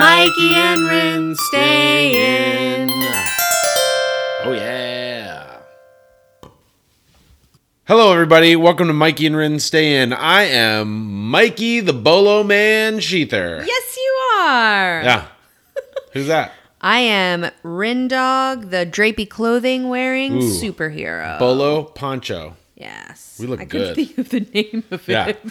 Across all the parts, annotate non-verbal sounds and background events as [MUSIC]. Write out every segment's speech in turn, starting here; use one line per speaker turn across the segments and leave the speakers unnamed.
Mikey and Rin stay in. Oh, yeah. Hello, everybody. Welcome to Mikey and Rin Stay In. I am Mikey the Bolo Man Sheether.
Yes, you are.
Yeah. Who's [LAUGHS] that?
I am Rindog, the drapey clothing wearing
Ooh.
superhero.
Bolo [LAUGHS] Poncho.
yes.
We look
I couldn't
good.
think of the name of
Yeah.
it. [LAUGHS]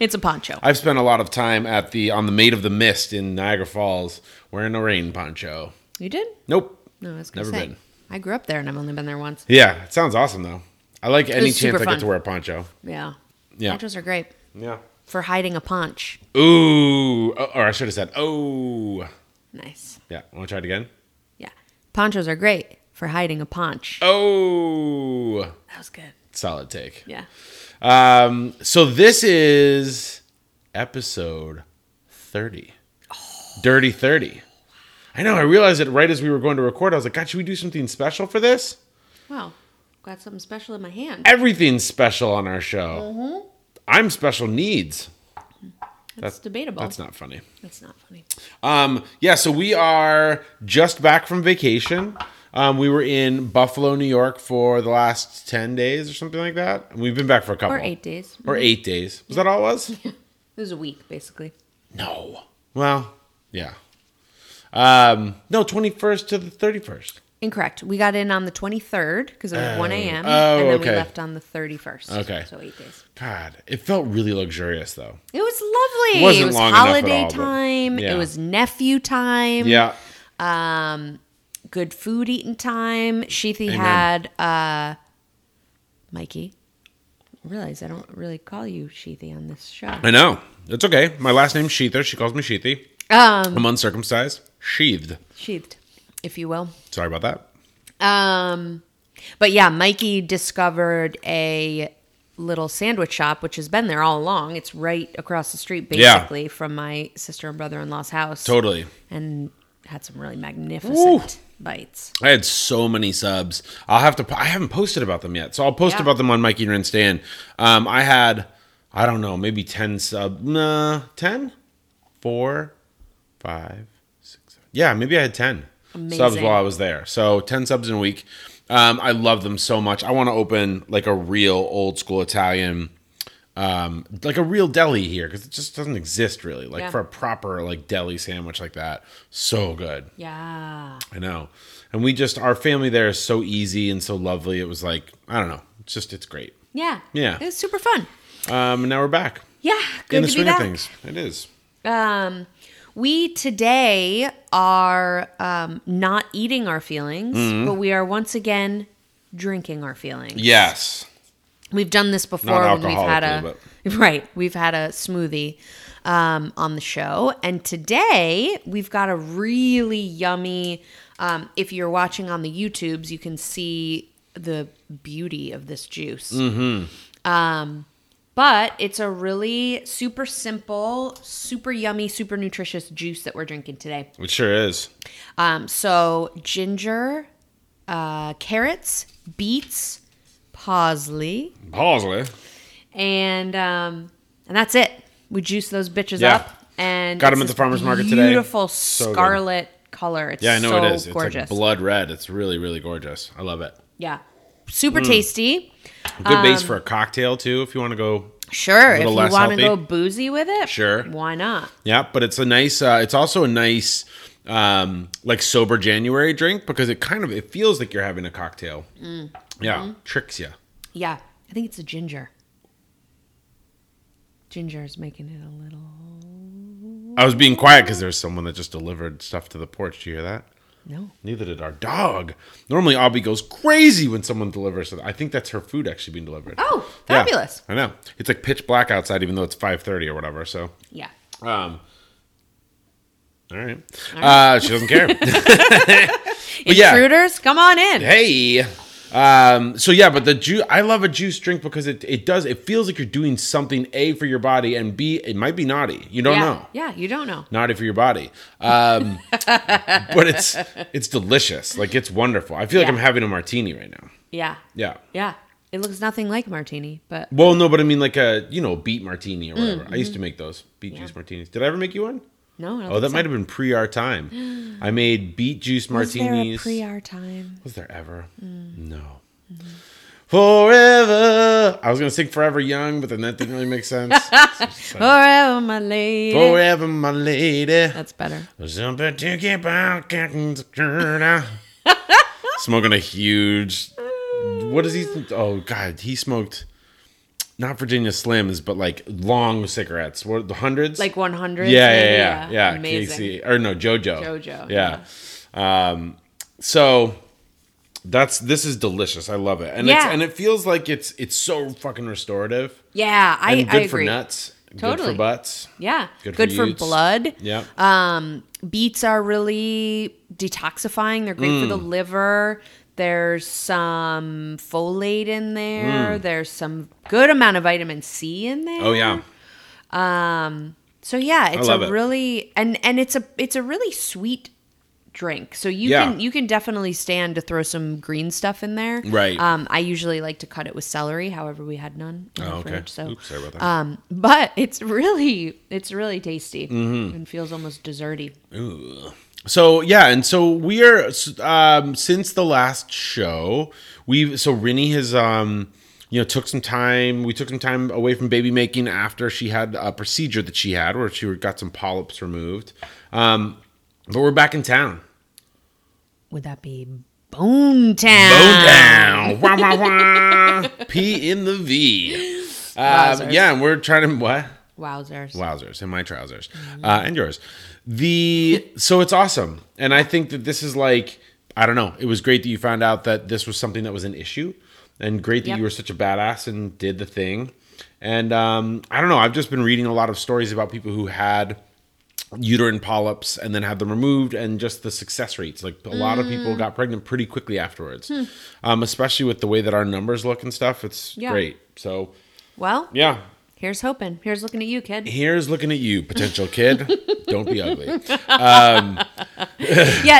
it's a poncho.
I've spent a lot of time at the on the Maid of the Mist in Niagara Falls wearing a rain poncho.
you did?
Nope.
No, I was going to
Never
say.
been.
I grew up there and I've only been there once.
Yeah, it sounds awesome though. I like any
was
chance I
super
get
fun.
to wear a poncho.
Yeah.
Yeah.
Ponchos are great
Yeah.
for hiding a punch.
Ooh, oh, or I should have said, oh.
Nice.
Yeah, want to try it again?
Yeah. Ponchos are great for hiding a punch.
Oh,
That was good.
solid take.
Yeah.
Um, so this is episode thirty,
Oh.
Dirty Thirty. I know. I realized it right as we were going to record. I was like, God, should we do something special for this?
Wow. Got something special in my hand.
Everything's special on our show.
Mm-hmm.
I'm special needs.
That's, debatable.
That's not funny.
That's not funny.
Um, yeah, so we are just back from vacation. Um, we were in Buffalo, New York for the last 10 days or something like that. And we've been back for a couple.
Or eight days.
Or eight days. Was that all it was?
It was a week, basically.
no. Well, yeah. Um, no, 21st to the 31st.
Incorrect. We got in on the 23rd because it was 1 a.m.
Oh,
and then
okay.
we left on the 31st.
Okay.
So eight days.
God, it felt really luxurious though.
It was lovely.
It wasn't
was
long enough at
holiday
all, but-
time.
yeah.
It was nephew time.
Yeah.
Um, good food eating time. Sheethy
Amen.
had uh, Mikey. I realize I don't really call you Sheethy on this show.
I know. It's okay. My last name's Sheether. She calls me Sheethy.
Um,
I'm uncircumcised. Sheathed.
sheathed, if you will.
Sorry about that.
Um, but yeah, Mikey discovered a little sandwich shop, which has been there all along. It's right across the street,
Yeah.
basically, from my sister and brother in law's house.
Totally.
And had some really magnificent
Woo.
bites.
I had so many subs. I'll have to. po- I haven't posted about them yet, so I'll post
Yeah.
about them on Mikey and Ren Stan. Um, I had, I don't know, maybe ten sub. Nah, ten, four, five, six. Seven. Yeah, maybe I had ten subs
Amazing.
while I was there. So ten subs in a week. Um, I love them so much. I want to open like a real old school Italian, um, like a real deli here because it just doesn't exist really. Like
Yeah.
for a proper like deli sandwich like that, so good.
Yeah.
I know. And we just our family there is so easy and so lovely. It was like I don't know. It's just it's great.
Yeah.
Yeah.
It was super fun.
Um, and now we're back
Yeah. Good
in the
to be
swing
back.
of things. It is.
Um, we today are um, not eating our feelings,
Mm-hmm.
but we are once again drinking our feelings.
Yes.
We've done this before
Not
when we've had a
alcoholically,
[LAUGHS] right. We've had a smoothie um, on the show, and today we've got a really yummy. Um, if you're watching on the YouTubes, you can see the beauty of this juice. Um,
Mm-hmm.
but it's a really super simple, super yummy, super nutritious juice that we're drinking today.
It sure is.
Um, so ginger, uh, carrots, beets, parsley
Palsley.
and um, and that's it. We juice those bitches
Yeah.
up and
Got 'em
it's
at the
this
farmer's market today.
Beautiful
So good.
scarlet color. It's
Yeah, I know
so
it is. It's
gorgeous.
like blood red. It's really, really gorgeous. I love it.
yeah, super
Mm.
tasty.
Good base
Um,
for a cocktail too, if you want to go
Sure, if you
little less
want to
healthy.
go boozy with it,
Sure.
why not?
Yeah, but it's a nice. Uh, it's also a nice, um, like sober January drink because it kind of it feels like you're having a cocktail.
Mm.
Yeah,
Mm-hmm.
tricks you.
Yeah, I think it's a ginger. Ginger is making it a little.
I was being quiet because there's someone that just delivered stuff to the porch. Do you hear that?
No,
Neither did our dog. Normally, Abby goes crazy when someone delivers. something. I think that's her food actually being delivered.
Oh,
Yeah,
fabulous.
I know it's like pitch black outside, even though it's five thirty or whatever. So,
yeah,
um, all right. Uh, she doesn't care.
[LAUGHS]
but yeah,
intruders, come on in.
Hey. Um, so yeah, but the juice I love a juice drink because it, it does it feels like you're doing something A for your body and B it might be naughty. You don't
yeah,
know.
yeah, you don't know.
Naughty for your body. Um, but it's it's delicious. Like it's wonderful. I feel like
Yeah.
I'm having a martini right now.
Yeah,
Yeah.
yeah. It looks nothing like martini, but Mm, mm-hmm.
Well, no, but I mean like a you know, beet martini or whatever. I used to make those. Beet juice martinis. Did I ever make you one?
No, I don't
Oh, that might have been pre our
[GASPS]
time. I made beet juice martinis.
Was there a pre Mm. Mm-hmm. our time?
Was there ever? No. Forever. I was gonna sing "Forever Young," but then that didn't really make sense.
[LAUGHS] Forever, my lady.
Forever, my lady.
That's better.
[LAUGHS] Something to keep out, getting secure. Smoking a huge. What is he? Oh God, he smoked. Not Virginia Slims, but like long cigarettes. What the hundreds?
Like 100.
yeah, yeah, yeah, yeah.
Amazing.
Casey or no JoJo.
JoJo,
Yeah. Um, so that's this is delicious. I love it, and
Yeah.
it's and it feels like it's it's so fucking restorative
Yeah, I,
and good
I agree.
for nuts, good
Totally.
for butts.
Yeah.
Good
Good,
for
for,
youths.
blood.
Yeah.
Um, beets are really detoxifying. They're great for the
Mm.
liver. There's some folate in there. There's some good amount of vitamin C in there.
Mm. oh yeah.
So yeah, it's
love
a
it.
really and and it's a it's a really sweet drink. So you
Yeah.
can you can definitely stand to throw some green stuff in there.
Right.
Um, I usually like to cut it with celery. However, we had none in
Oh,
the
okay.
fridge. So
Oops, sorry about that.
Um, but it's really it's really tasty
Mm-hmm.
and feels almost desserty.
So yeah, and so we are um, since the last show, we've so Rinny has um, you know took some time. We took some time away from baby making after she had a procedure that she had where she got some polyps removed. Um, but we're back in town.
Would that be Bone Town?
Bone down. wah, wah, wah. P in the V. Um,
Wowzers.
yeah, and we're trying to what?
Wowzers.
Wowzers and my trousers
Mm-hmm.
uh, and yours. The so it's awesome, and I think that this is like I don't know. It was great that you found out that this was something that was an issue, and great that
Yep.
you were such a badass and did the thing. And um, I don't know. I've just been reading a lot of stories about people who had uterine polyps and then had them removed and just the success rates like a lot of people
Mm.
got pregnant pretty quickly afterwards
Hmm.
um, especially with the way that our numbers look and stuff it's
Yeah.
great so
Well,
yeah
here's hoping. Here's looking at you, kid.
here's looking at you potential kid don't be ugly
yeah,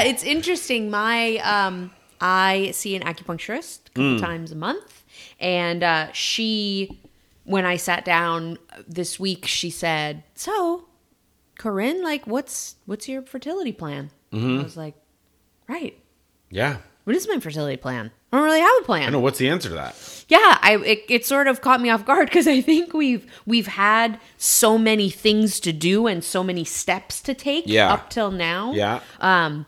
it's interesting. My um, I see an acupuncturist a
Hmm.
couple times a month, and uh, she, when I sat down this week, she said, "So, Corinne, like, what's what's your fertility plan?"
Mm-hmm.
I was like, "Right,
yeah
what is my fertility plan? I don't really have a plan."
i know what's the answer to that
yeah i it, it sort of caught me off guard because i think we've we've had so many things to do and so many steps to take
Yeah.
up till now
yeah
Uh,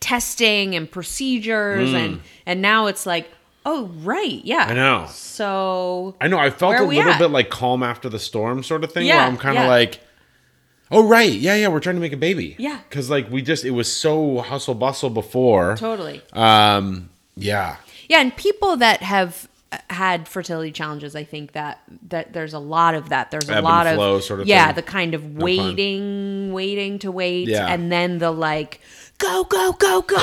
testing and procedures and and now it's like oh right yeah
Mm. i know
so
i know i felt
Where
a
are we
little
at?
bit like calm after the storm sort of thing where
Yeah,
i'm kind of
yeah.
like oh right yeah yeah we're trying to make a baby
Yeah.
because like we just it was so hustle bustle before
totally
um yeah
yeah and people that have uh, had fertility challenges i think that that there's a lot of that there's a
Ebb and
lot
flow
of
sort of
yeah
thing.
the kind of
pun.
waiting waiting to wait
Yeah.
and then the like go go go [LAUGHS] go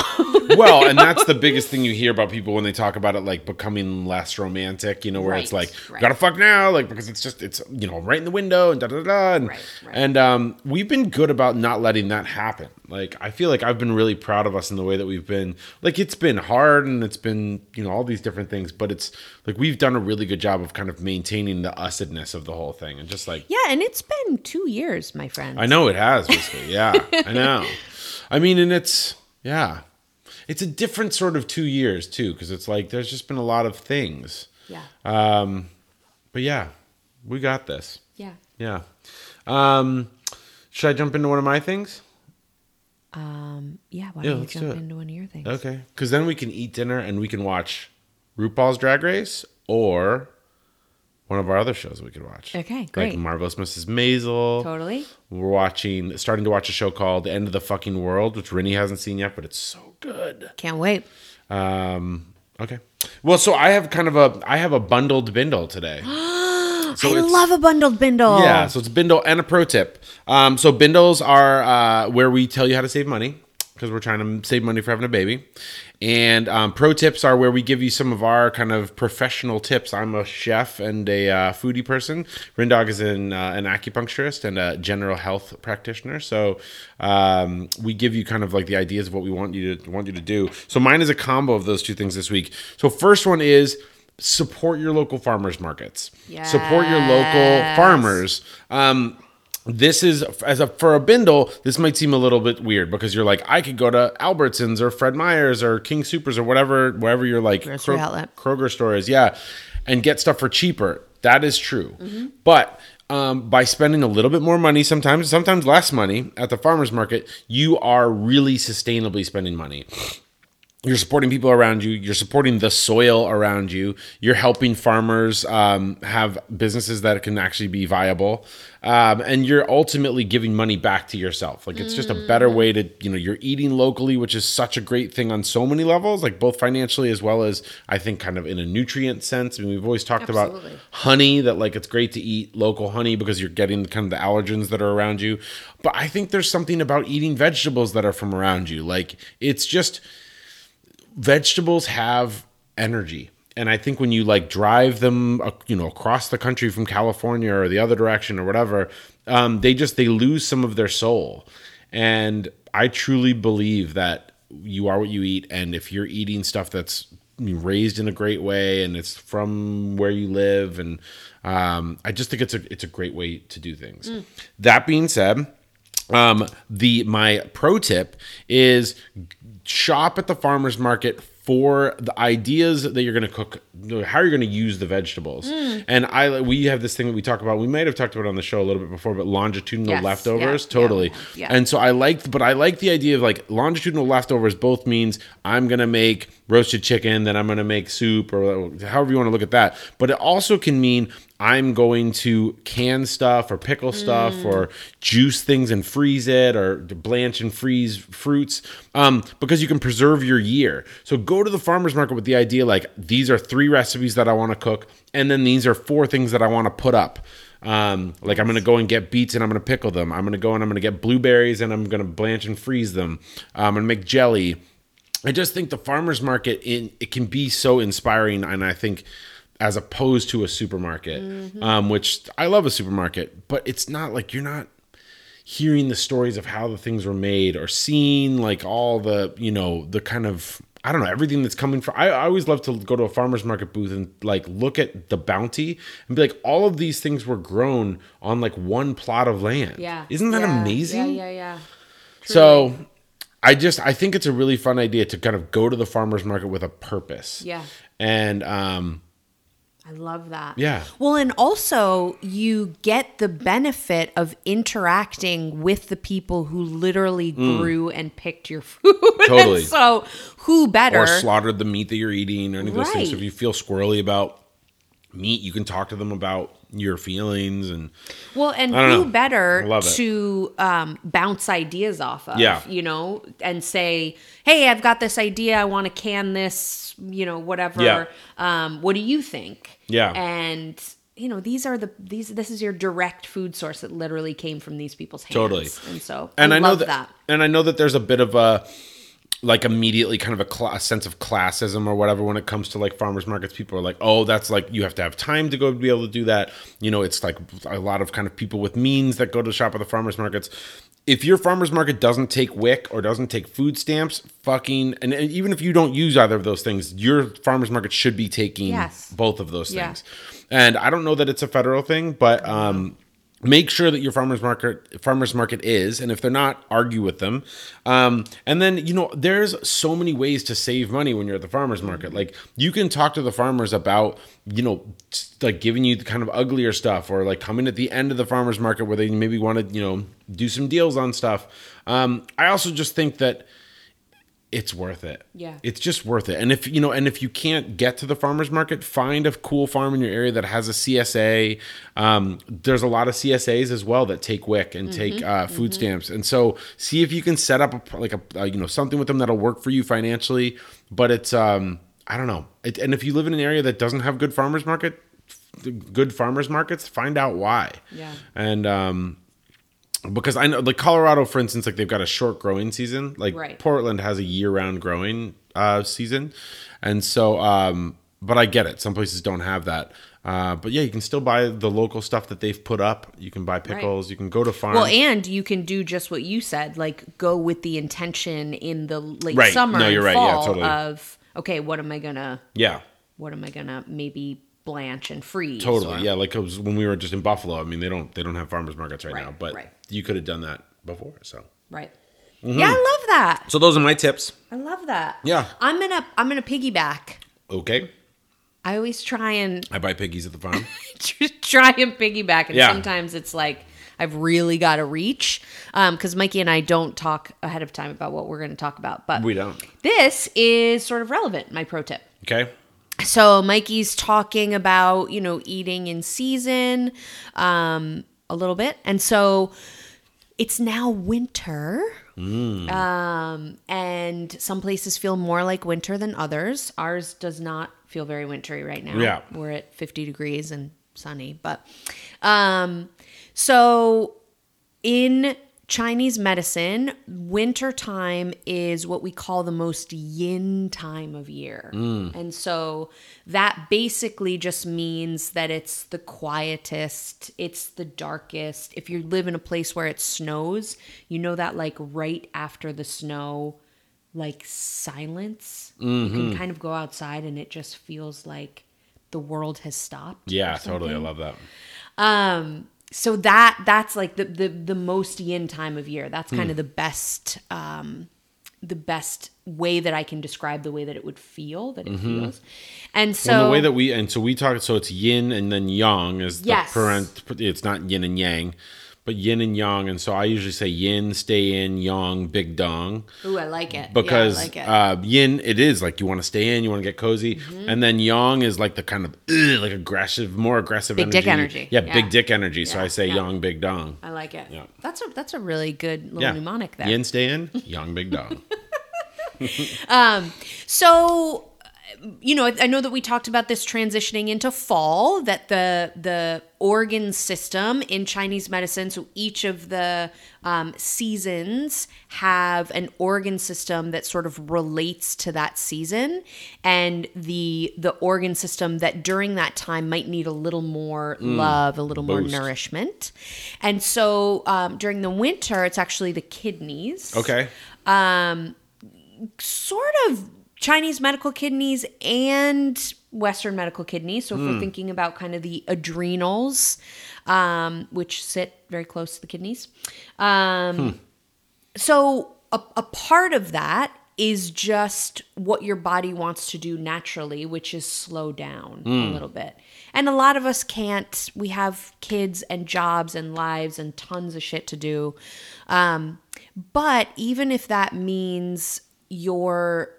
well, and
[LAUGHS]
that's the biggest thing you hear about people when they talk about it, like becoming less romantic. You know, where it's
Right,
like
right.
gotta fuck now, like because it's just it's you know right in the window and da da da, da. And,
Right, right.
and um, we've been good about not letting that happen. Like I feel like I've been really proud of us in the way that we've been. Like it's been hard and it's been you know all these different things, but it's like we've done a really good job of kind of maintaining the usedness of the whole thing and just like
Yeah, and it's been two years, my friend.
I know it has, basically. Yeah,
[LAUGHS]
I know. I mean, and it's yeah, it's a different sort of two years too, because it's like there's just been a lot of things.
Yeah.
Uh, But yeah, we got this.
yeah.
Yeah. Um, should I jump into one of my things?
Yeah.
Yeah,
Why don't you
let's do
jump
it.
into one of your things?
Okay, because then we can eat dinner and we can watch RuPaul's Drag Race or one of our other shows we could watch.
Okay,
Like
great.
Marvelous Mrs. Maisel.
Totally.
We're watching, starting to watch a show called The End of the Fucking World, which Rennie hasn't seen yet, but it's so good.
Can't wait.
Um, okay. Well, so I have kind of a, I have a bundled bindle
[GASPS]
today. So
I
it's-
love a bundled bindle.
Yeah, so it's a bindle and a pro tip. Um, so bindles are uh, where we tell you how to save money because we're trying to save money for having a baby. And um, pro tips are where we give you some of our kind of professional tips. I'm a chef and a uh, foodie person. Rindog is an, uh, an acupuncturist and a general health practitioner. So um, we give you kind of like the ideas of what we want you to want you to do. So mine is a combo of those two things this week. So first one is support your local farmers markets. Support your local
Yes.
farmers. Um, this is as a for a bindle this might seem a little bit weird because you're like i could go to albertsons or fred meyer's or king supers or whatever wherever you're like
Grocery outlet.
kroger store is yeah and get stuff for cheaper that is true but um, by spending a little bit more money sometimes sometimes less money at the farmers market you are really sustainably spending money you're supporting people around you you're supporting the soil around you you're helping farmers um, have businesses that can actually be viable um, and you're ultimately giving money back to yourself like it's just a better way to you know you're eating locally which is such a great thing on so many levels like both financially as well as i think kind of in a nutrient sense i mean we've always talked
Absolutely.
about honey that like it's great to eat local honey because you're getting kind of the allergens that are around you but i think there's something about eating vegetables that are from around you like it's just vegetables have energy and i think when you like drive them uh, you know across the country from california or the other direction or whatever um, they just they lose some of their soul and i truly believe that you are what you eat and if you're eating stuff that's raised in a great way and it's from where you live and um, i just think it's a it's a great way to do things that being said um, the my pro tip is shop at the farmers market for the ideas that you're going to cook how you're going to use the vegetables
Mm.
and i we have this thing that we talk about we might have talked about it on the show a little bit before but longitudinal
Yes, yeah,
leftovers
yeah,
totally
yeah.
and so i liked but i like the idea of like longitudinal leftovers both means i'm going to make roasted chicken then i'm going to make soup or however you want to look at that but it also can mean i'm going to can stuff or pickle stuff or juice things and freeze it or blanch and freeze fruits um, because you can preserve your year so go to the farmers market with the idea like these are three recipes that i want to cook and then these are four things that i want to put up um, like I'm gonna go and get beets and I'm gonna pickle them. I'm gonna go and I'm gonna get blueberries and I'm gonna blanch and freeze them. Um, I'm gonna make jelly. I just think the farmers market in it can be so inspiring, and I think as opposed to a supermarket, um, which I love a supermarket, but it's not like you're not hearing the stories of how the things were made or seeing like all the you know the kind of I don't know everything that's coming from. I, I always love to go to a farmers market booth and like look at the bounty and be like, all of these things were grown on like one plot of land.
Yeah.
isn't that
Yeah,
amazing?
Yeah, yeah, yeah.
So I just I think it's a really fun idea to kind of go to the farmers market with a purpose.
Yeah.
And um
I love that.
Yeah.
Well, and also you get the benefit of interacting with the people who literally grew and picked your food. [LAUGHS] And
Mm. Totally.
so who better?
or slaughtered the meat that you're eating or any of those things. So if
Right.
you feel squirrely about meat, you can talk to them about your feelings and
Well, and
don't
who
know.
better
I love it.
to um, bounce ideas off of?
Yeah.
You know, and say, hey, I've got this idea. I want to can this, you know, whatever.
Yeah.
Um, what do you think?
Yeah.
And, you know, these are the, these, this is your direct food source that literally came from these people's hands.
Totally.
And so,
and I, know
love
that, and I know that there's a bit of a like immediately kind of a, cla a sense of classism or whatever when it comes to like farmers markets people are like oh that's like you have to have time to go to be able to do that you know it's like a lot of kind of people with means that go to shop at the farmers markets if your farmers market doesn't take wic or doesn't take food stamps fucking and, and even if you don't use either of those things your farmers market should be taking
Yes.
both of those
Yeah.
things and i don't know that it's a federal thing but um make sure that your farmers market farmers market is and if they're not argue with them um, and then you know there's so many ways to save money when you're at the farmers market like you can talk to the farmers about you know s- like giving you the kind of uglier stuff or like coming at the end of the farmers market where they maybe want to you know do some deals on stuff um, i also just think that it's worth it.
Yeah.
It's just worth it. And if you know, and if you can't get to the farmers market, find a cool farm in your area that has a CSA. Um, there's a lot of CSAs as well that take WIC and
Mm-hmm.
take uh, food stamps. And so see if you can set up a, pr- like a, uh you know something with them that'll work for you financially. But it's um I don't know. It, and if you live in an area that doesn't have good farmers market, f- good farmers markets, find out why.
Yeah.
And um because I know like Colorado, for instance, like they've got a short growing season. Like
Right.
Portland has a year-round growing uh, season, and so. Um, but I get it. Some places don't have that. Uh, but yeah, you can still buy the local stuff that they've put up. You can buy pickles. You can go to farms.
Well, and you can do just what you said, like go with the intention in the late
Right.
summer
No,
and
you're right. Yeah,
fall
totally.
of okay, what am I gonna,
yeah,
what am I gonna maybe blanch and freeze.
Totally,
or-
yeah. Like 'cause when we were just in Buffalo, I mean, they don't they don't have farmers markets right,
Right,
now, but
right.
you could have done that before. So,
Right. Yeah, I love that.
so those are my tips.
I love that.
Mm-hmm. Yeah.
I'm gonna I'm gonna piggyback.
Okay,
I always try and [LAUGHS]
I buy piggies at the farm.
try and piggyback, and
Yeah.
sometimes it's like I've really got to reach because Mikey and I don't talk ahead of time about what we're going to talk about. But
we don't.
this is sort of relevant. My pro tip.
Okay,
So Mikey's talking about, you know, eating in season um, a little bit. And so it's now winter. Um, and some places feel more like winter than others. Ours does not feel very wintry right now.
Yeah.
We're at 50 degrees and sunny. But um, so in Chinese medicine, winter time is what we call the most yin time of year. And so that basically just means that it's the quietest, it's the darkest. If you live in a place where it snows, you know that like right after the snow, like silence, you can kind of go outside and it just feels like the world has stopped.
yeah, totally. I love that.
Um, so that that's like the the the most yin time of year. That's
Hmm.
kind of the best um the best way that I can describe the way that it would feel that it feels. And so
Mm-hmm. Well, the way that we and so we talk, so it's yin and then yang is the
Yes.
parent. It's not yin and yang, but yin and yang. And so I usually say yin, stay in, yang, big dong,
Ooh, I like it. Yeah, I
because
like it. Mm-hmm.
uh, yin it is like you want to stay in, you want to get cozy, and then yang is like the kind of ugh, like aggressive, more aggressive
Big
energy.
dick energy.
Yeah,
Yeah.
big dick energy. so
Yeah,
I say
yeah.
yang, big dong.
I like it.
yeah.
That's a that's a really good little
Yeah,
mnemonic there.
Yin, stay in, yang, big
[LAUGHS]
dong.
So, you know, I, I know that we talked about this transitioning into fall. That the the organ system in Chinese medicine, so each of the um, seasons have an organ system that sort of relates to that season, and the the organ system that during that time might need a little more love, a little
Mm. boost.
more nourishment. And so, um, during the winter, it's actually the kidneys
Okay,
sort of Chinese medical kidneys and Western medical kidneys. So if we're thinking about kind of the adrenals, um, which sit very close to the kidneys. Um, So a, a part of that is just what your body wants to do naturally, which is slow down a little bit. And a lot of us can't. We have kids and jobs and lives and tons of shit to do. Um, but even if that means your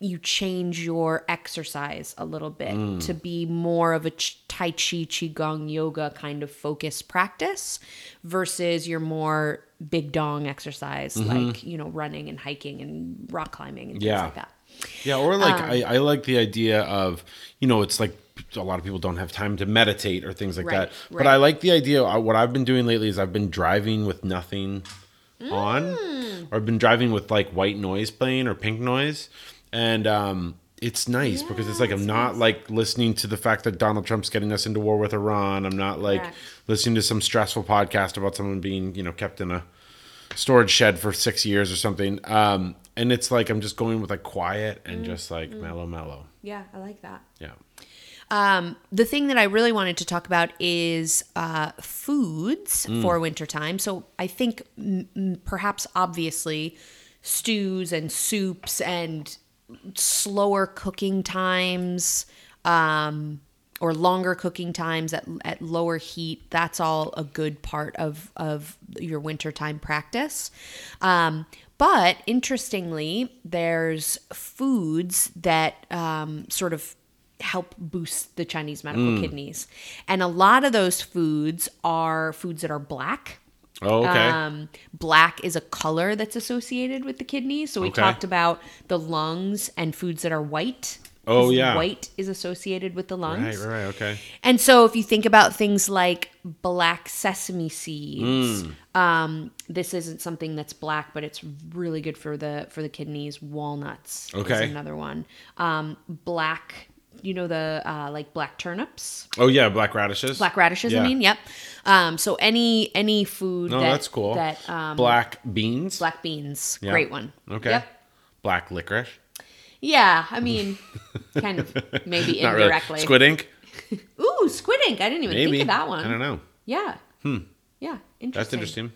you change your exercise a little bit to be more of a ch- tai chi qigong yoga kind of focused practice versus your more big dong exercise like you know running and hiking and rock climbing and things
Yeah.
like that
Yeah, or like
Um,
I, I like the idea of you know it's like a lot of people don't have time to meditate or things like
Right,
that. But
right.
I like the idea. I- What I've been doing lately is I've been driving with nothing
Mm.
on, or I've been driving with like white noise playing or pink noise, and um, it's nice because it's like I'm not like listening to the fact that Donald Trump's getting us into war with Iran. I'm not like
Correct.
listening to some stressful podcast about someone being you know kept in a storage shed for six years or something. Um, and it's like I'm just going with like quiet
Mm-hmm.
and just like mellow, mellow.
yeah i like that
Yeah.
um, the thing that I really wanted to talk about is uh, foods for wintertime. So I think m- m- perhaps obviously stews and soups and slower cooking times um, or longer cooking times at, at lower heat. That's all a good part of, of your wintertime practice. Um, but interestingly, there's foods that um, sort of help boost the Chinese medical
Mm.
kidneys. And a lot of those foods are foods that are black.
Oh, okay.
Um, black is a color that's associated with the kidneys. So we
Okay.
talked about the lungs and foods that are white.
Oh,
'cause
yeah.
White is associated with the lungs.
right, right, right. Okay.
And so, if you think about things like black sesame seeds,
Mm.
um, this isn't something that's black, but it's really good for the for the kidneys. Walnuts
Okay.
is another one. Um, black, you know the uh, like black turnips,
Oh, yeah. Black radishes.
black radishes.
Yeah.
I mean, yep. Um, so any any food
No,
that,
that's cool.
that um,
black beans.
black beans,
Yeah.
great one.
Okay.
Yep.
Black licorice. [LAUGHS]
Yeah, I mean, kind of maybe
Not really.
indirectly.
Squid ink.
Ooh, squid ink. I didn't even
Maybe.
think of that one.
I don't know.
Yeah. Hmm. Yeah. Interesting.
That's interesting.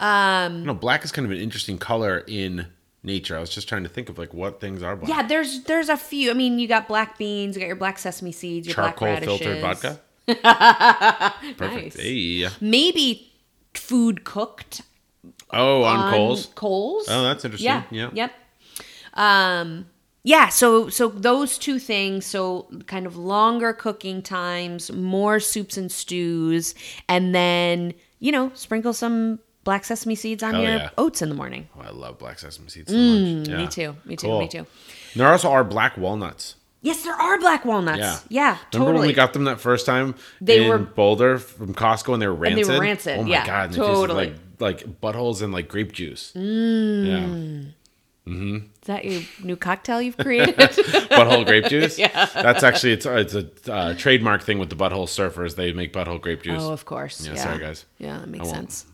Um, no, black is kind of an interesting color in nature. I was just trying to think of like what things are black.
Yeah, there's there's a few. I mean, you got black beans, you got your black sesame seeds, your
Charcoal
black radishes.
filtered vodka. Perfect.
[LAUGHS] Nice.
Hey.
Maybe food cooked
Oh, on,
on
coals.
Coals.
Oh, that's interesting.
Yeah.
Yeah.
Yep. Um, yeah. So so those two things. So kind of longer cooking times, more soups and stews, and then you know sprinkle some black sesame seeds on
Hell
your
yeah.
oats in the morning.
Oh, I love black sesame seeds so much. Yeah.
Mm, Me too. Me too.
Cool.
Me too.
There also are black walnuts.
Yes, there are black walnuts.
Yeah.
Yeah.
Remember
totally.
when we got them that first time
They
in
were-
Boulder from Costco and they were
they
rancid?
were rancid,
Oh my
yeah,
god, and
totally. Mm.
they tasted like like buttholes and like grape juice. Yeah.
Is that your new cocktail you've created? [LAUGHS]
Butthole grape juice? yeah. That's actually it's it's a uh, trademark thing with the butthole surfers. They make butthole grape juice.
oh, of course.
Yeah,
Yeah.
sorry, guys.
Yeah, that makes
won't.
sense.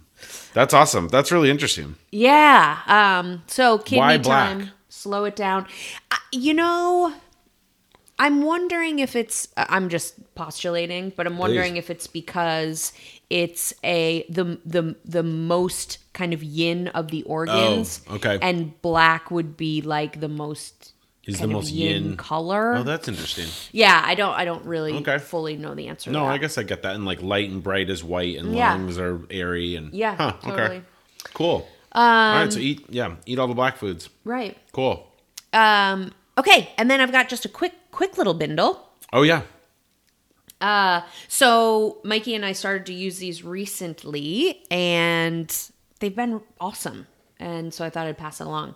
That's awesome. That's really interesting.
Yeah. Um, so kidney
Why black?
time, slow it down. I, you know, I'm wondering if it's I- I'm just postulating, but I'm wondering
Please.
if it's because it's a the the the most kind of yin of the organs.
Oh, okay.
And black would be like the most
Is the
kind of
most yin.
color.
Oh, that's interesting.
yeah, I don't I don't really
Okay.
fully know the answer. to
No,
that.
I guess I get that. And like light and bright is white, and
Yeah.
lungs are airy, and
Yeah,
Huh, Okay,
totally. Um,
cool. all right, so eat yeah, eat all the black foods.
right.
Cool.
Um, okay, and then I've got just a quick quick little bindle.
Oh yeah,
So Mikey and I started to use these recently, and they've been awesome. And so I thought I'd pass it along.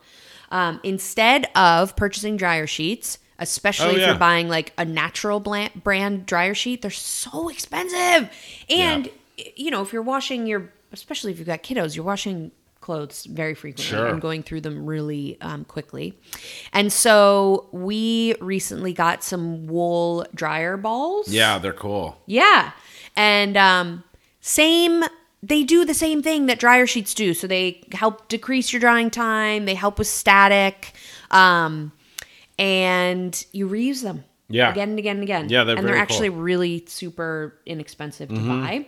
Um, instead of purchasing dryer sheets, especially
Oh,
if
yeah.
you're buying like a natural blan- brand dryer sheet, they're so expensive. And y- you know, if you're washing your, especially if you've got kiddos, you're washing clothes very frequently
Sure.
and going through them really um, quickly. And so we recently got some wool dryer balls.
yeah, they're cool.
Yeah. And um, same, they do the same thing that dryer sheets do. So they help decrease your drying time, they help with static, um, and you reuse them.
Yeah.
Again and again and again.
Yeah, they're
And they're
very
actually
cool. Mm-hmm.
really super inexpensive to buy.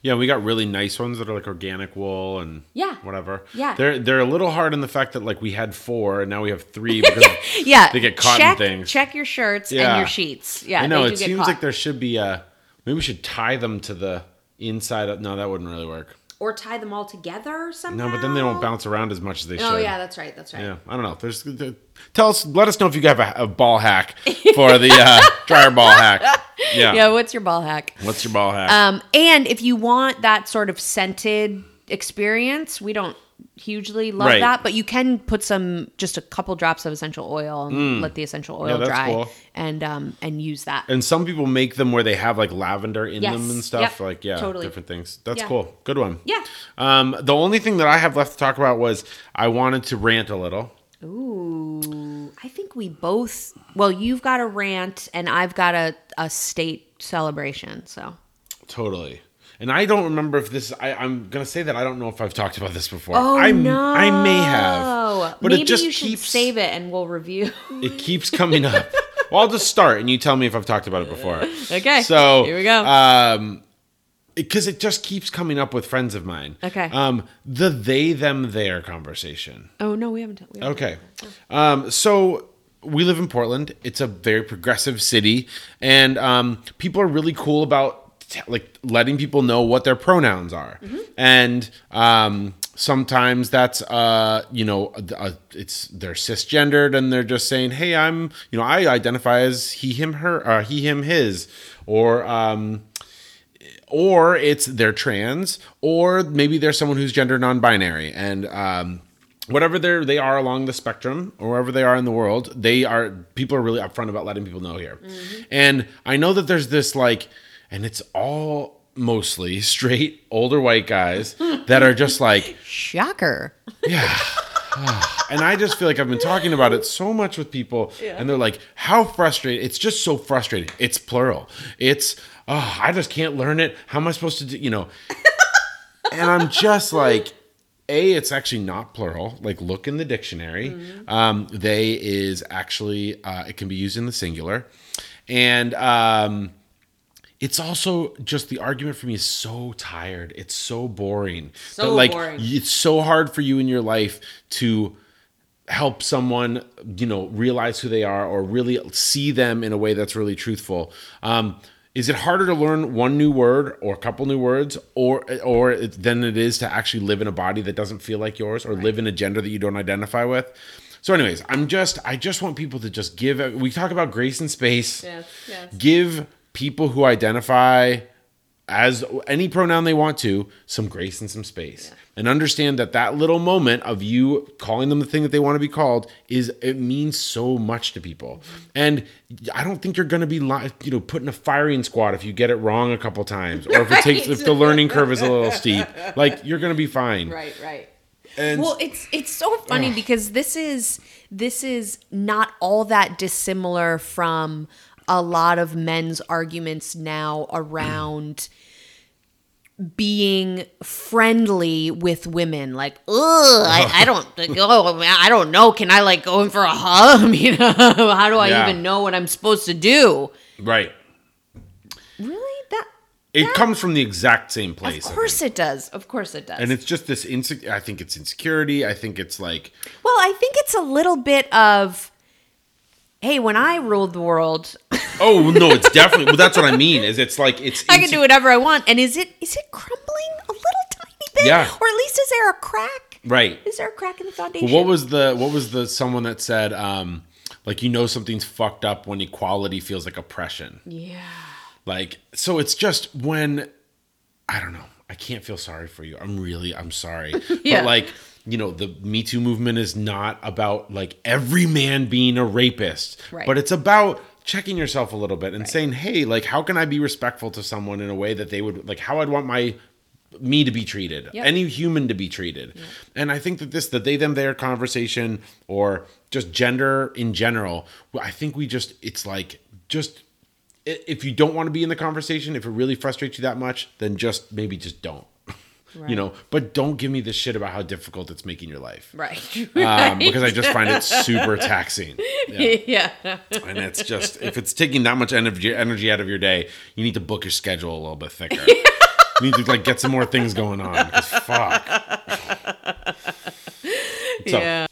Yeah, we got really nice ones that are like organic wool and
Yeah.
whatever.
Yeah.
they're they're a little hard in the fact that like we had four and now we have three
[LAUGHS]
because
Yeah.
They get cotton
check,
things.
Check your shirts
Yeah.
and your sheets. Yeah.
I know
they
it
do get
seems
caught.
like there should be a maybe we should tie them to the inside. Of, no, that wouldn't really work.
Or tie them all together somehow.
No, but then they won't bounce around as much as they should.
Oh, yeah, that's right. That's right.
Yeah, I don't know. There's there- tell us, let us know if you have a, a ball hack for the uh,
[LAUGHS]
dryer ball hack. Yeah.
yeah, what's your ball hack?
What's your ball hack?
Um, and if you want that sort of scented experience, we don't hugely love
Right.
that, but you can put some just a couple drops of essential oil and let the essential oil
Mm. that's
dry
cool.
and um and use that.
and some people make them where they have like lavender in
Yes.
them and stuff.
Yep.
Like yeah,
Totally.
different things. That's
Yeah.
cool. Good one.
Yeah.
Um, the only thing that I have left to talk about was I wanted to rant a little.
Ooh. I think we both well, you've got a rant and I've got a, a state celebration. So
Totally. And I don't remember if this. I, I'm gonna say that I don't know if I've talked about this before.
Oh
I,
no.
I may have, but
Maybe
it just
you should
keeps
save it and we'll review. [LAUGHS]
It keeps coming up. well, I'll just start, and you tell me if I've talked about it before.
Okay,
So
here we go.
Um, because it just keeps coming up with friends of mine.
Okay.
Um, the they them there conversation.
oh no, we haven't done we haven't
Okay. Um, so we live in Portland. It's a very progressive city, and um, people are really cool about t- like letting people know what their pronouns are, and um, sometimes that's uh, you know a- a- it's they're cisgendered and they're just saying, hey, I'm you know I identify as he, him, her, uh, he, him, his, or um, or it's they're trans, or maybe they're someone who's gender non-binary, and um, whatever they they are along the spectrum, or wherever they are in the world, they are people are really upfront about letting people know here. And I know that there's this like, and it's all mostly [LAUGHS] straight older white guys that are just like
Shocker.
yeah. and I just feel like I've been talking about it so much with people, and they're like, "How frustrating!" It's just so frustrating. It's plural. It's oh, I just can't learn it. How am I supposed to do?
[LAUGHS]
You know. and I'm just like, a, it's actually not plural. Like, look in the dictionary.
Mm-hmm.
Um, they is actually uh, it can be used in the singular, and um, It's also just the argument for me is so tired. It's so boring.
So
that, like
boring.
it's so hard for you in your life to help someone you know realize who they are or really see them in a way that's really truthful um, is it harder to learn one new word or a couple new words or or it, than it is to actually live in a body that doesn't feel like yours or live in a gender that you don't identify with so anyways i'm just i just want people to just give we talk about grace and space
Yes, yes.
give people who identify as any pronoun they want to some grace and some space and understand that that little moment of you calling them the thing that they want to be called is it means so much to people
Mm-hmm.
and i don't think you're going to be li- you know put in a firing squad if you get it wrong a couple times or if it takes if the learning curve is a
[LAUGHS]
little steep like you're going to be fine
Right, right.
and
Well, it's it's so funny because this is this is not all that dissimilar from a lot of men's arguments now around being friendly with women. Like, ugh, I, I don't [LAUGHS] oh, man, I don't know. Can I like go in for a hug? [LAUGHS] You know, how do I
Yeah.
even know what I'm supposed to do?
right
Really? That
it comes from the exact same place I
of
think.
course it does. Of course it does.
and it's just this insec- i think it's insecurity i think it's like
Well, I think it's a little bit of, hey, when I ruled the world,
Oh no, it's definitely. well, that's what I mean. Is it's like it's.
I can do whatever I want. And is it is it crumbling a little tiny bit?
Yeah.
Or at least is there a crack?
Right.
Is there a crack in the foundation?
But what was the what was the someone that said um like you know something's fucked up when equality feels like oppression.
Yeah.
Like so it's just when I don't know. I can't feel sorry for you. I'm really I'm sorry.
[LAUGHS] Yeah.
But like you know the Me Too movement is not about like every man being a rapist,
Right.
but it's about checking yourself a little bit and saying, "Hey, like how can I be respectful to someone in a way that they would like how I'd want my me to be treated,
Yep.
any human to be treated. And I think that this, the they, them, their conversation or just gender in general, well, I think we just, it's like, just i- if you don't want to be in the conversation, if it really frustrates you that much, then just maybe just don't. [LAUGHS] You know, but don't give me this shit about how difficult it's making your life.
Right.
[LAUGHS]
Um, because I just find it super
[LAUGHS]
taxing. Yeah.
yeah.
And it's just, if it's taking that much energy, energy out of your day, you need to book your schedule a little bit thicker. you need to like get some more things going on. 'cause Fuck.
[LAUGHS]
So
Yeah.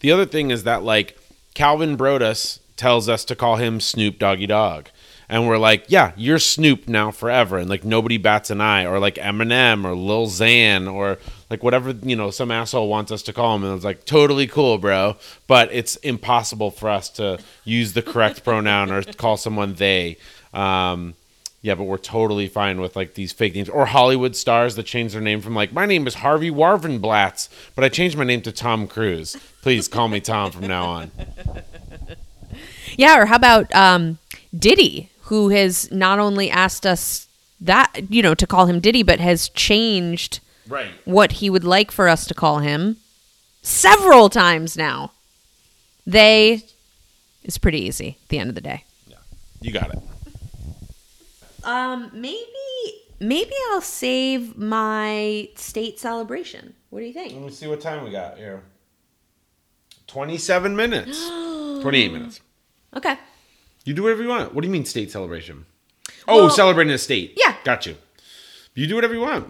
the other thing is that like Calvin Brodus tells us to call him Snoop Doggy Dog. And we're like, yeah, you're Snoop now forever. And like nobody bats an eye, or like Eminem or Lil Xan or like whatever, you know, some asshole wants us to call him. And it's like, totally cool, bro. But it's impossible for us to use the correct pronoun or call someone they. Um, yeah, but we're totally fine with like these fake names or Hollywood stars that change their name from like my name is Harvey Warvenblatz, but I changed my name to Tom Cruise. Please call me Tom from now on.
Yeah, or how about um, Diddy, who has not only asked us that, you know, to call him Diddy, but has changed
[LAUGHS] Right.
what he would like for us to call him several times now. They is pretty easy at the end of the day.
You got it.
Um, maybe maybe I'll save my state celebration. What do you think?
Let me see what time we got here. 27
[GASPS]
minutes. 28 minutes.
Okay.
You do whatever you want. What do you mean state celebration? Oh,
Well-
celebrating a state.
Yeah.
Got you. You do whatever you want.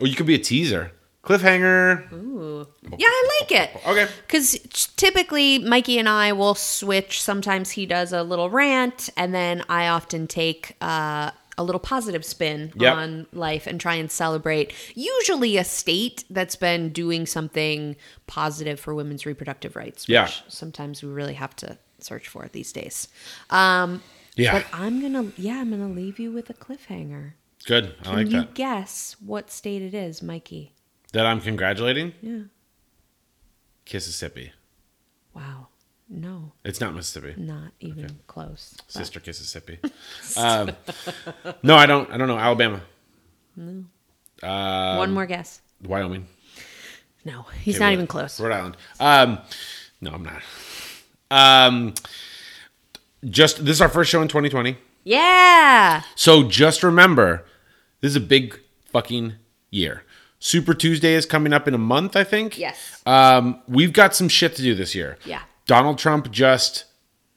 Or you could be a teaser.
Hmm.
Cliffhanger.
Ooh. Yeah, I like it.
Okay.
Because typically, Mikey and I will switch. Sometimes he does a little rant, and then I often take uh, a little positive spin
Yep.
on life and try and celebrate. Usually, a state that's been doing something positive for women's reproductive rights.
Yeah.
Which sometimes we really have to search for these days. Um,
Yeah.
But I'm gonna, yeah, I'm gonna leave you with a cliffhanger.
Good. I like
Can you
that.
guess what state it is, Mikey?
That I'm congratulating.
Yeah.
Kississippi.
Wow. No.
It's not Mississippi.
not even close.
sister
[LAUGHS]
Mississippi. um, no, I don't. I don't know Alabama,
One more guess.
Wyoming,
No, he's
Um, Okay,
not
Rhode-
even close.
Rhode Island. Um, no, I'm not. Um, just this is our first show in 2020,
Yeah.
so just remember, this is a big fucking year. Super Tuesday is coming up in a month, I think.
Yes.
Um, we've got some shit to do this year.
Yeah.
Donald Trump just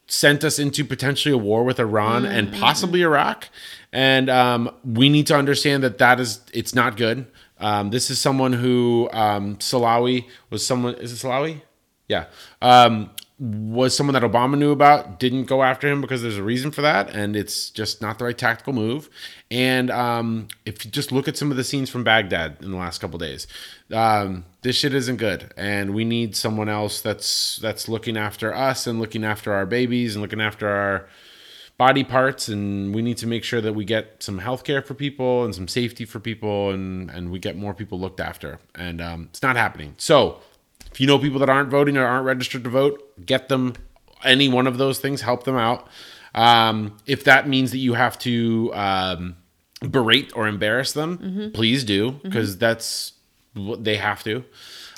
sent us into potentially a war with Iran and possibly Iraq. And um, we need to understand that that is it's not good. Um, this is someone who um, Salawi was someone. Is it Salawi? Yeah. Um, was someone that Obama knew about, didn't go after him because there's a reason for that, and it's just not the right tactical move. And um, if you just look at some of the scenes from Baghdad in the last couple days, um, this shit isn't good, and we need someone else that's that's looking after us and looking after our babies and looking after our body parts and we need to make sure that we get some health care for people and some safety for people and and we get more people looked after and um, it's not happening so if you know people that aren't voting or aren't registered to vote get them any one of those things help them out um, if that means that you have to um, berate or embarrass them please do because that's what they have to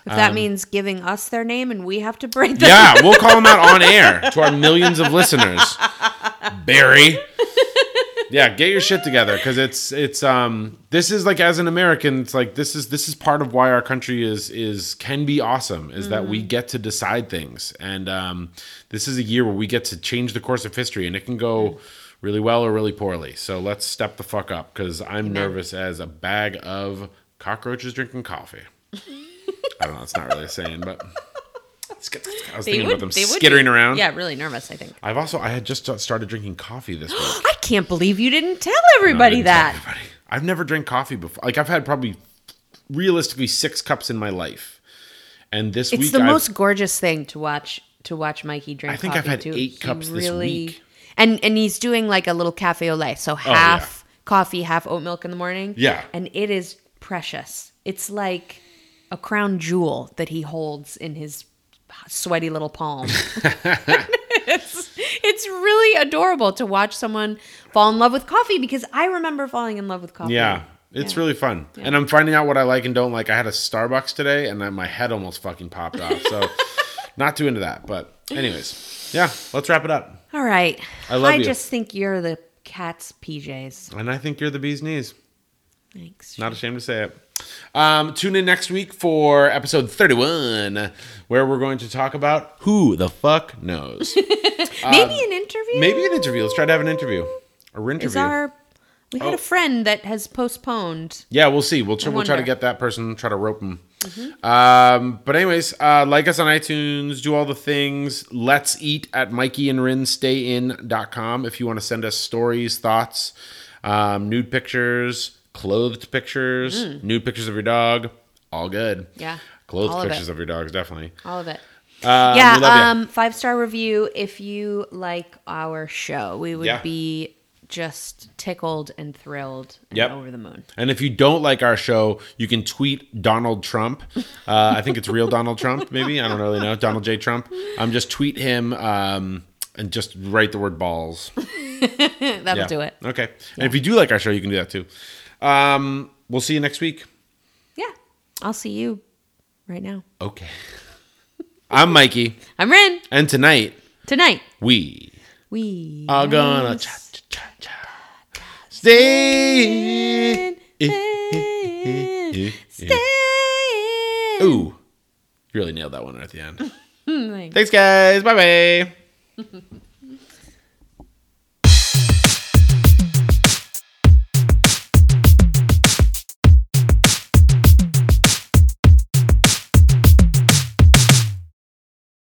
If
Um,
that means giving us their name and we have to break them.
yeah, we'll call him out on air to our millions of listeners. Barry. Yeah, get your shit together because it's it's um this is like as an American, it's like this is this is part of why our country is is can be awesome is that
Mm-hmm.
we get to decide things and um this is a year where we get to change the course of history and it can
Mm-hmm.
go really well or really poorly. So let's step the fuck up because I'm nervous as a bag of cockroaches drinking coffee. I don't know, it's not really a saying,
[LAUGHS]
but it's good. I was thinking about them
be-
skittering around.
Yeah, really nervous, I think. [GASPS]
I've also I had just started drinking coffee this week.
I can't believe you didn't tell everybody
Didn't tell
that.
everybody. I've never drank coffee before. Like I've had probably realistically six cups in my life, and this
It's
week
the
I've-
most gorgeous thing to watch to watch Mikey drink.
I think I've
coffee,
had
too.
eight
He
cups this week. Oh,
And and he's doing like a little cafe au lait, so half coffee, half oat milk in the morning.
Yeah.
and it is precious. It's like a crown jewel that he holds in his sweaty little
[LAUGHS]
palm. [LAUGHS] it's it's really adorable to watch someone fall in love with coffee because I remember falling in love with coffee.
yeah. It's
Yeah.
really fun, and I'm finding out what I like and don't like. I had a Starbucks today, and then my head almost fucking popped off.
[LAUGHS]
So, not too into that. But, anyways, yeah, let's wrap it up.
All right.
I love you.
just think you're the cat's PJs.
And I think you're the bee's knees.
Thanks.
Not ashamed to say it. Um, tune in next week for episode 31, where we're going to talk about who the fuck
[LAUGHS]
knows.
Maybe an interview.
Um, Maybe an interview. Let's try to have an interview. Or interview.
is our we had
Oh.
a friend that has postponed.
Yeah, we'll see. We'll try,
I
we'll try to
wonder. Mm-hmm.
get that person, try to rope them. Um, but anyways, uh, like us on iTunes, do all the things. Let's eat at Mikey and Rin stay in.com if you want to send us stories, thoughts, um, nude pictures, clothed pictures, nude pictures of your dog. All good.
Mm. Yeah,
Clothed
all of
pictures
it.
of your dogs, definitely.
All of it.
Um,
yeah,
we love ya.
um, five star review if you like our show. We would
Yeah.
be just tickled and thrilled and
Yep.
over the moon. [LAUGHS]
And if you don't like our show, you can tweet Donald Trump. Uh, I think it's real Donald Trump, maybe. I don't really know. Donald J. Trump. Um, just tweet him um, and just write the word balls.
That'll
Yeah.
do it.
Okay. And if you do like our show, you can do that too. Um, we'll see you next week.
Yeah, I'll see you right now.
Okay. I'm Mikey.
I'm Rin
And tonight,
tonight.
we
We
are going to stay. in. [LAUGHS]
stay.
Ooh. You really nailed that one at the end.
Thanks.
Thanks, guys. Bye bye.